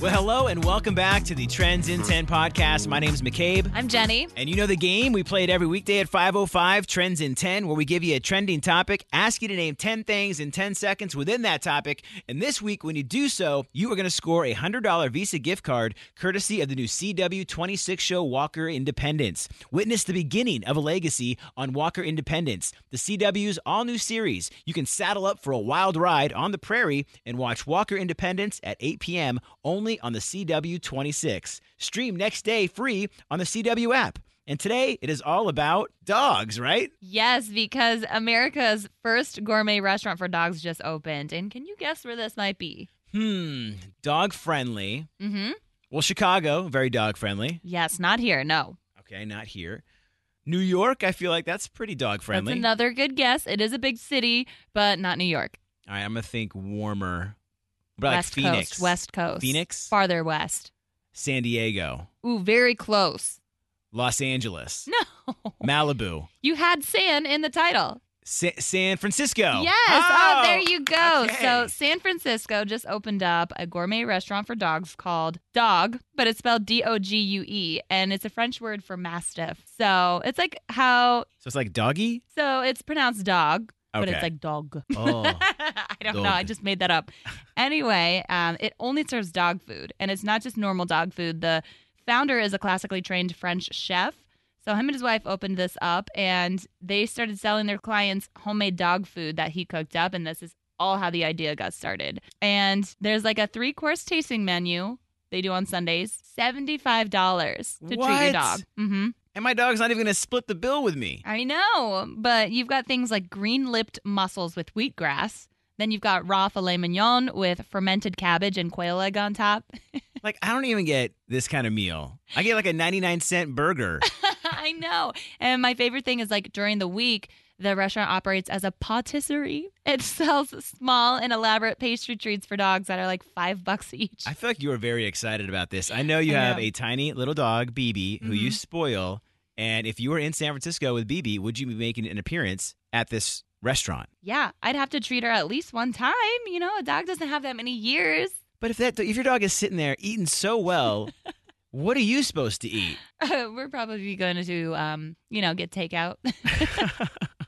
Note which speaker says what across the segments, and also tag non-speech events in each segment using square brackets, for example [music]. Speaker 1: Well, hello and welcome back to the Trends in 10 podcast. My name is McCabe.
Speaker 2: I'm Jenny.
Speaker 1: And you know the game we play it every weekday at 5:05 Trends in 10 where we give you a trending topic, ask you to name 10 things in 10 seconds within that topic. And this week when you do so, you are going to score a $100 Visa gift card courtesy of the new CW 26 show Walker Independence. Witness the beginning of a legacy on Walker Independence, the CW's all-new series. You can saddle up for a wild ride on the prairie and watch Walker Independence at 8 p.m. only on the CW 26. Stream next day free on the CW app. And today it is all about dogs, right?
Speaker 2: Yes, because America's first gourmet restaurant for dogs just opened. And can you guess where this might be?
Speaker 1: Hmm, dog friendly.
Speaker 2: Mm-hmm.
Speaker 1: Well, Chicago, very dog friendly.
Speaker 2: Yes, not here. No.
Speaker 1: Okay, not here. New York, I feel like that's pretty dog friendly.
Speaker 2: That's another good guess. It is a big city, but not New York.
Speaker 1: all right, I'm gonna think warmer. What about
Speaker 2: West
Speaker 1: like Phoenix,
Speaker 2: Coast. West Coast.
Speaker 1: Phoenix?
Speaker 2: Farther west.
Speaker 1: San Diego,
Speaker 2: Ooh, very close. [laughs]
Speaker 1: Los Angeles,
Speaker 2: No.
Speaker 1: Malibu,
Speaker 2: You had San in the title.
Speaker 1: Sa- San Francisco.
Speaker 2: Yes.
Speaker 1: Oh,
Speaker 2: Oh, there you go.
Speaker 1: okay.
Speaker 2: So San Francisco just opened up a gourmet restaurant for dogs called Dog, but it's spelled D O G U E, and it's a French word for mastiff. So it's like how
Speaker 1: So it's like doggy.
Speaker 2: so it's pronounced dog, but
Speaker 1: Okay.
Speaker 2: [laughs] it's like dog.
Speaker 1: oh,
Speaker 2: I don't know. I
Speaker 1: Dog.
Speaker 2: just made that up. Anyway, um, it only serves dog food, and it's not just normal dog food. The founder is a classically trained French chef. So him and his wife opened this up, and they started selling their clients homemade dog food that he cooked up, and this is all how the idea got started. And there's like a three course tasting menu they do on Sundays, seventy five dollars to treat
Speaker 1: What?
Speaker 2: your dog. Mm-hmm.
Speaker 1: and my dog's not even gonna split the bill with me.
Speaker 2: I know, but you've got things like green lipped mussels with wheatgrass. Then you've got raw filet mignon with fermented cabbage and quail egg on top. [laughs]
Speaker 1: Like I don't even get this kind of meal. I get like a 99 cent
Speaker 2: [laughs]
Speaker 1: burger.
Speaker 2: I know. And my favorite thing is like during the week, the restaurant operates as a patisserie. It [laughs] sells small and elaborate pastry treats for dogs that are like five bucks each.
Speaker 1: I feel like you are very excited about this. I know you
Speaker 2: I
Speaker 1: have
Speaker 2: know.
Speaker 1: a tiny little dog, BB, who you
Speaker 2: Mhm.
Speaker 1: spoil. And if you were in San Francisco with BB, would you be making an appearance at this restaurant?
Speaker 2: yeah, I'd have to treat her at least one time. You know, a dog doesn't have that many years.
Speaker 1: But if that if your dog is sitting there eating so
Speaker 2: [laughs]
Speaker 1: well, what are you supposed to eat?
Speaker 2: We're probably going to, um, you know,
Speaker 1: [laughs]
Speaker 2: get takeout. [laughs]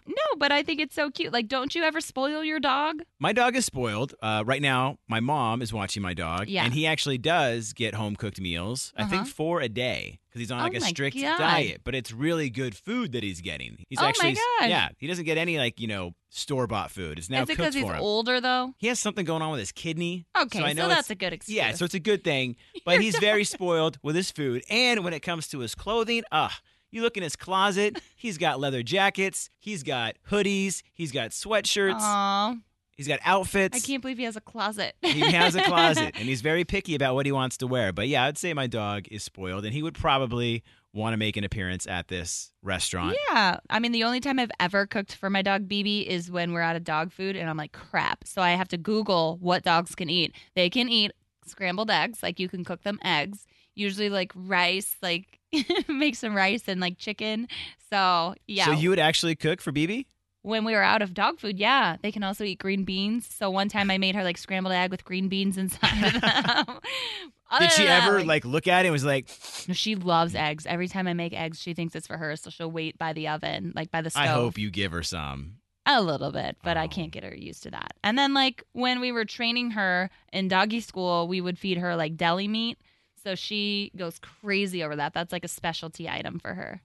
Speaker 2: No, but I think it's so cute. Like, don't you ever spoil your dog?
Speaker 1: my dog is spoiled. Uh, right now, my mom is watching my dog,
Speaker 2: Yeah.
Speaker 1: and he actually does get home cooked meals. I think
Speaker 2: Uh-huh.
Speaker 1: four a day because he's on
Speaker 2: Oh
Speaker 1: like a
Speaker 2: my
Speaker 1: strict
Speaker 2: God.
Speaker 1: diet, but it's really good food that he's getting. He's
Speaker 2: Oh my
Speaker 1: actually
Speaker 2: God.
Speaker 1: yeah, he doesn't get any like you know store bought food. It's now
Speaker 2: Is it
Speaker 1: cooked
Speaker 2: because he's
Speaker 1: for him.
Speaker 2: older though?
Speaker 1: He has something going on with his kidney.
Speaker 2: Okay,
Speaker 1: so I know
Speaker 2: that's
Speaker 1: it's,
Speaker 2: a good excuse.
Speaker 1: yeah, so it's a good thing. But
Speaker 2: Your [laughs]
Speaker 1: he's very spoiled with his food, and when it comes to his clothing, ah, you look in his closet. He's got leather jackets. He's got hoodies. He's got sweatshirts.
Speaker 2: Aw,
Speaker 1: He's got outfits.
Speaker 2: I can't believe he has a closet.
Speaker 1: He has a closet,
Speaker 2: [laughs]
Speaker 1: and he's very picky about what he wants to wear. But yeah, I'd say my dog is spoiled, and he would probably want to make an appearance at this restaurant.
Speaker 2: yeah, I mean, the only time I've ever cooked for my dog BB is when we're out of dog food, and I'm like, crap. So I have to Google what dogs can eat. They can eat scrambled eggs, like you can cook them eggs. Usually, like rice, like [laughs] make some rice and like chicken. So yeah,
Speaker 1: So you would actually cook for BB?
Speaker 2: when we were out of dog food, yeah, they can also eat green beans. So one time I made her like scrambled egg with green beans inside of them. [laughs] Other
Speaker 1: Did she
Speaker 2: than that,
Speaker 1: ever like look at it and was like, "Hmm,
Speaker 2: No, she loves eggs. Every time I make eggs, she thinks it's for her, so she'll wait by the oven, like by the stove.
Speaker 1: "I hope you give her some."
Speaker 2: A little bit, but
Speaker 1: Oh.
Speaker 2: I can't get her used to that. And then, like, when we were training her in doggy school, we would feed her like deli meat. So she goes crazy over that. That's like a specialty item for her.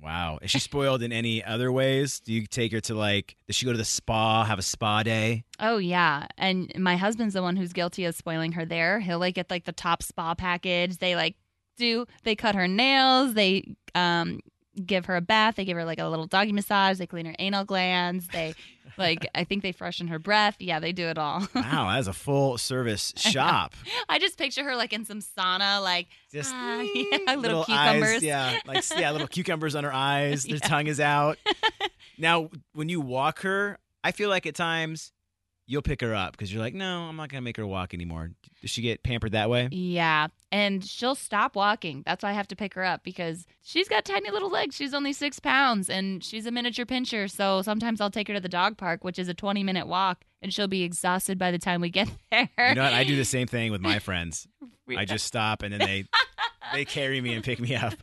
Speaker 1: Wow. Is she spoiled in any other ways? Do you take her to like, does she go to the spa, have a spa
Speaker 2: [laughs]
Speaker 1: day?
Speaker 2: Oh yeah, and my husband's the one who's guilty of spoiling her there. He'll like get like the top spa package. They like do they cut her nails, they um give her a bath, they give her like a little doggy massage, they clean her anal glands, [laughs] they like I think they freshen her breath. Yeah, they do it all. [laughs]
Speaker 1: Wow, that's a full service shop.
Speaker 2: I just picture her like in some sauna like
Speaker 1: Just
Speaker 2: Ah, [laughs]
Speaker 1: mm,
Speaker 2: yeah, little
Speaker 1: Eyes,
Speaker 2: cucumbers.
Speaker 1: yeah, like yeah,
Speaker 2: [laughs]
Speaker 1: little cucumbers on her eyes. Their
Speaker 2: Yeah.
Speaker 1: tongue is
Speaker 2: [laughs]
Speaker 1: out. Now, when you walk her, I feel like at times you'll pick her up because you're like, no, I'm not gonna make her walk anymore. Does she get pampered that way?
Speaker 2: yeah, and she'll stop walking. That's why I have to pick her up because she's got tiny little legs. She's only six pounds and she's a miniature pincher. So sometimes I'll take her to the dog park, which is a 20 minute walk, and she'll be exhausted by the time we get [laughs] there.
Speaker 1: You know what? I do the same thing with my friends.
Speaker 2: read
Speaker 1: I
Speaker 2: that.
Speaker 1: just stop and then they they carry me and pick me up.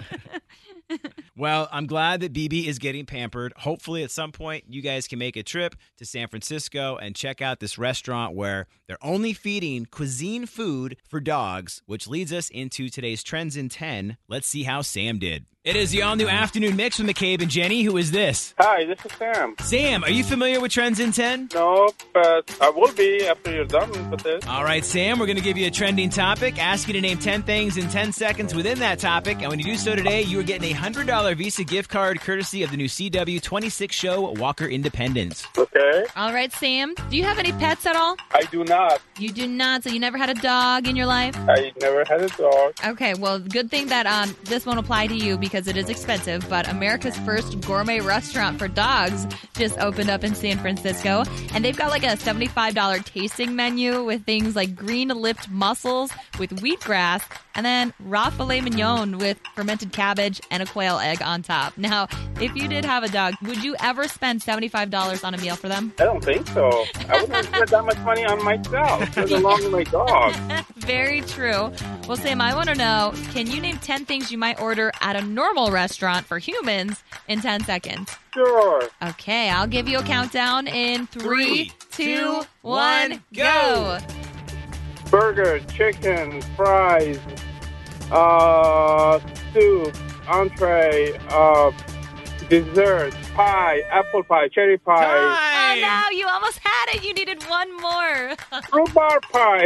Speaker 1: well, I'm glad that BB is getting pampered. Hopefully, at some point, you guys can make a trip to San Francisco and check out this restaurant where they're only feeding cuisine food for dogs, which leads us into today's Trends in 10. Let's see how Sam did. It is the all new afternoon mix with McCabe and Jenny. Who is this?
Speaker 3: Hi, this is Sam.
Speaker 1: Sam, are you familiar with Trends in 10?
Speaker 3: No, but I will be after you're done with this.
Speaker 1: All right, Sam, we're going to give you a trending topic, ask you to name 10 things in 10 seconds within that topic. And when you do so today, you are getting a $100 Visa gift card courtesy of the new CW 26 show, Walker Independence.
Speaker 3: Okay?
Speaker 2: All right, Sam. Do you have any pets at all?
Speaker 3: I do not.
Speaker 2: You do not. So you never had a dog in your life?
Speaker 3: I never had a dog.
Speaker 2: Okay, well, good thing that um, this won't apply to you because it is expensive. But America's first gourmet restaurant for dogs just opened up in San Francisco, and they've got like a seventy-five dollar tasting menu with things like green-lipped mussels with wheatgrass, and then raw filet mignon with fermented cabbage and a quail egg on top. Now, if you did have a dog, would you ever spend seventy-five dollars on a meal for them?
Speaker 3: I don't think so. I wouldn't spend that much money on myself, let alone my dog.
Speaker 2: Very true. Well, Sam, I want to know can you name 10 things you might order at a normal restaurant for humans in 10 seconds?
Speaker 3: Sure.
Speaker 2: Okay, I'll give you a countdown in three,
Speaker 1: Three,
Speaker 2: two,
Speaker 1: two,
Speaker 2: one,
Speaker 1: one,
Speaker 2: go.
Speaker 1: go.
Speaker 3: Burger, chicken, fries, uh, soup, entree, uh, dessert, pie, apple pie, cherry pie,
Speaker 1: Ah!
Speaker 2: Oh,
Speaker 1: Time!
Speaker 2: no, you almost had it. You needed one more.
Speaker 3: fruit bar pie.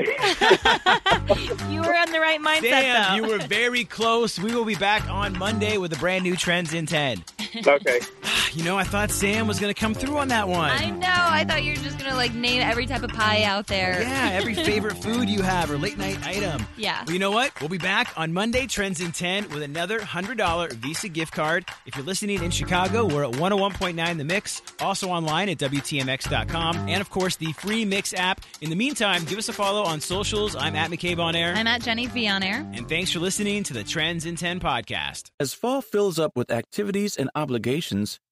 Speaker 2: you were in the right mindset,
Speaker 1: Sam,
Speaker 2: though.
Speaker 1: you were very close. We will be back on Monday with a brand new Trends in 10.
Speaker 3: okay.
Speaker 1: [sighs] You know, I thought Sam was going to come through on that one.
Speaker 2: I know. I thought you were just going to like name every type of pie out there. [laughs]
Speaker 1: yeah, every favorite food you have or late night item.
Speaker 2: Yeah.
Speaker 1: Well, you know what? We'll be back on Monday, Trends in 10, with another $100 Visa gift card. If you're listening in Chicago, we're at 101.9 The Mix, also online at WTMX.com, and of course, the free Mix app. In the meantime, give us a follow on socials. I'm at McCabe on air.
Speaker 2: I'm at Jenny V on air.
Speaker 1: and thanks for listening to the Trends in 10 podcast.
Speaker 4: As fall fills up with activities and obligations,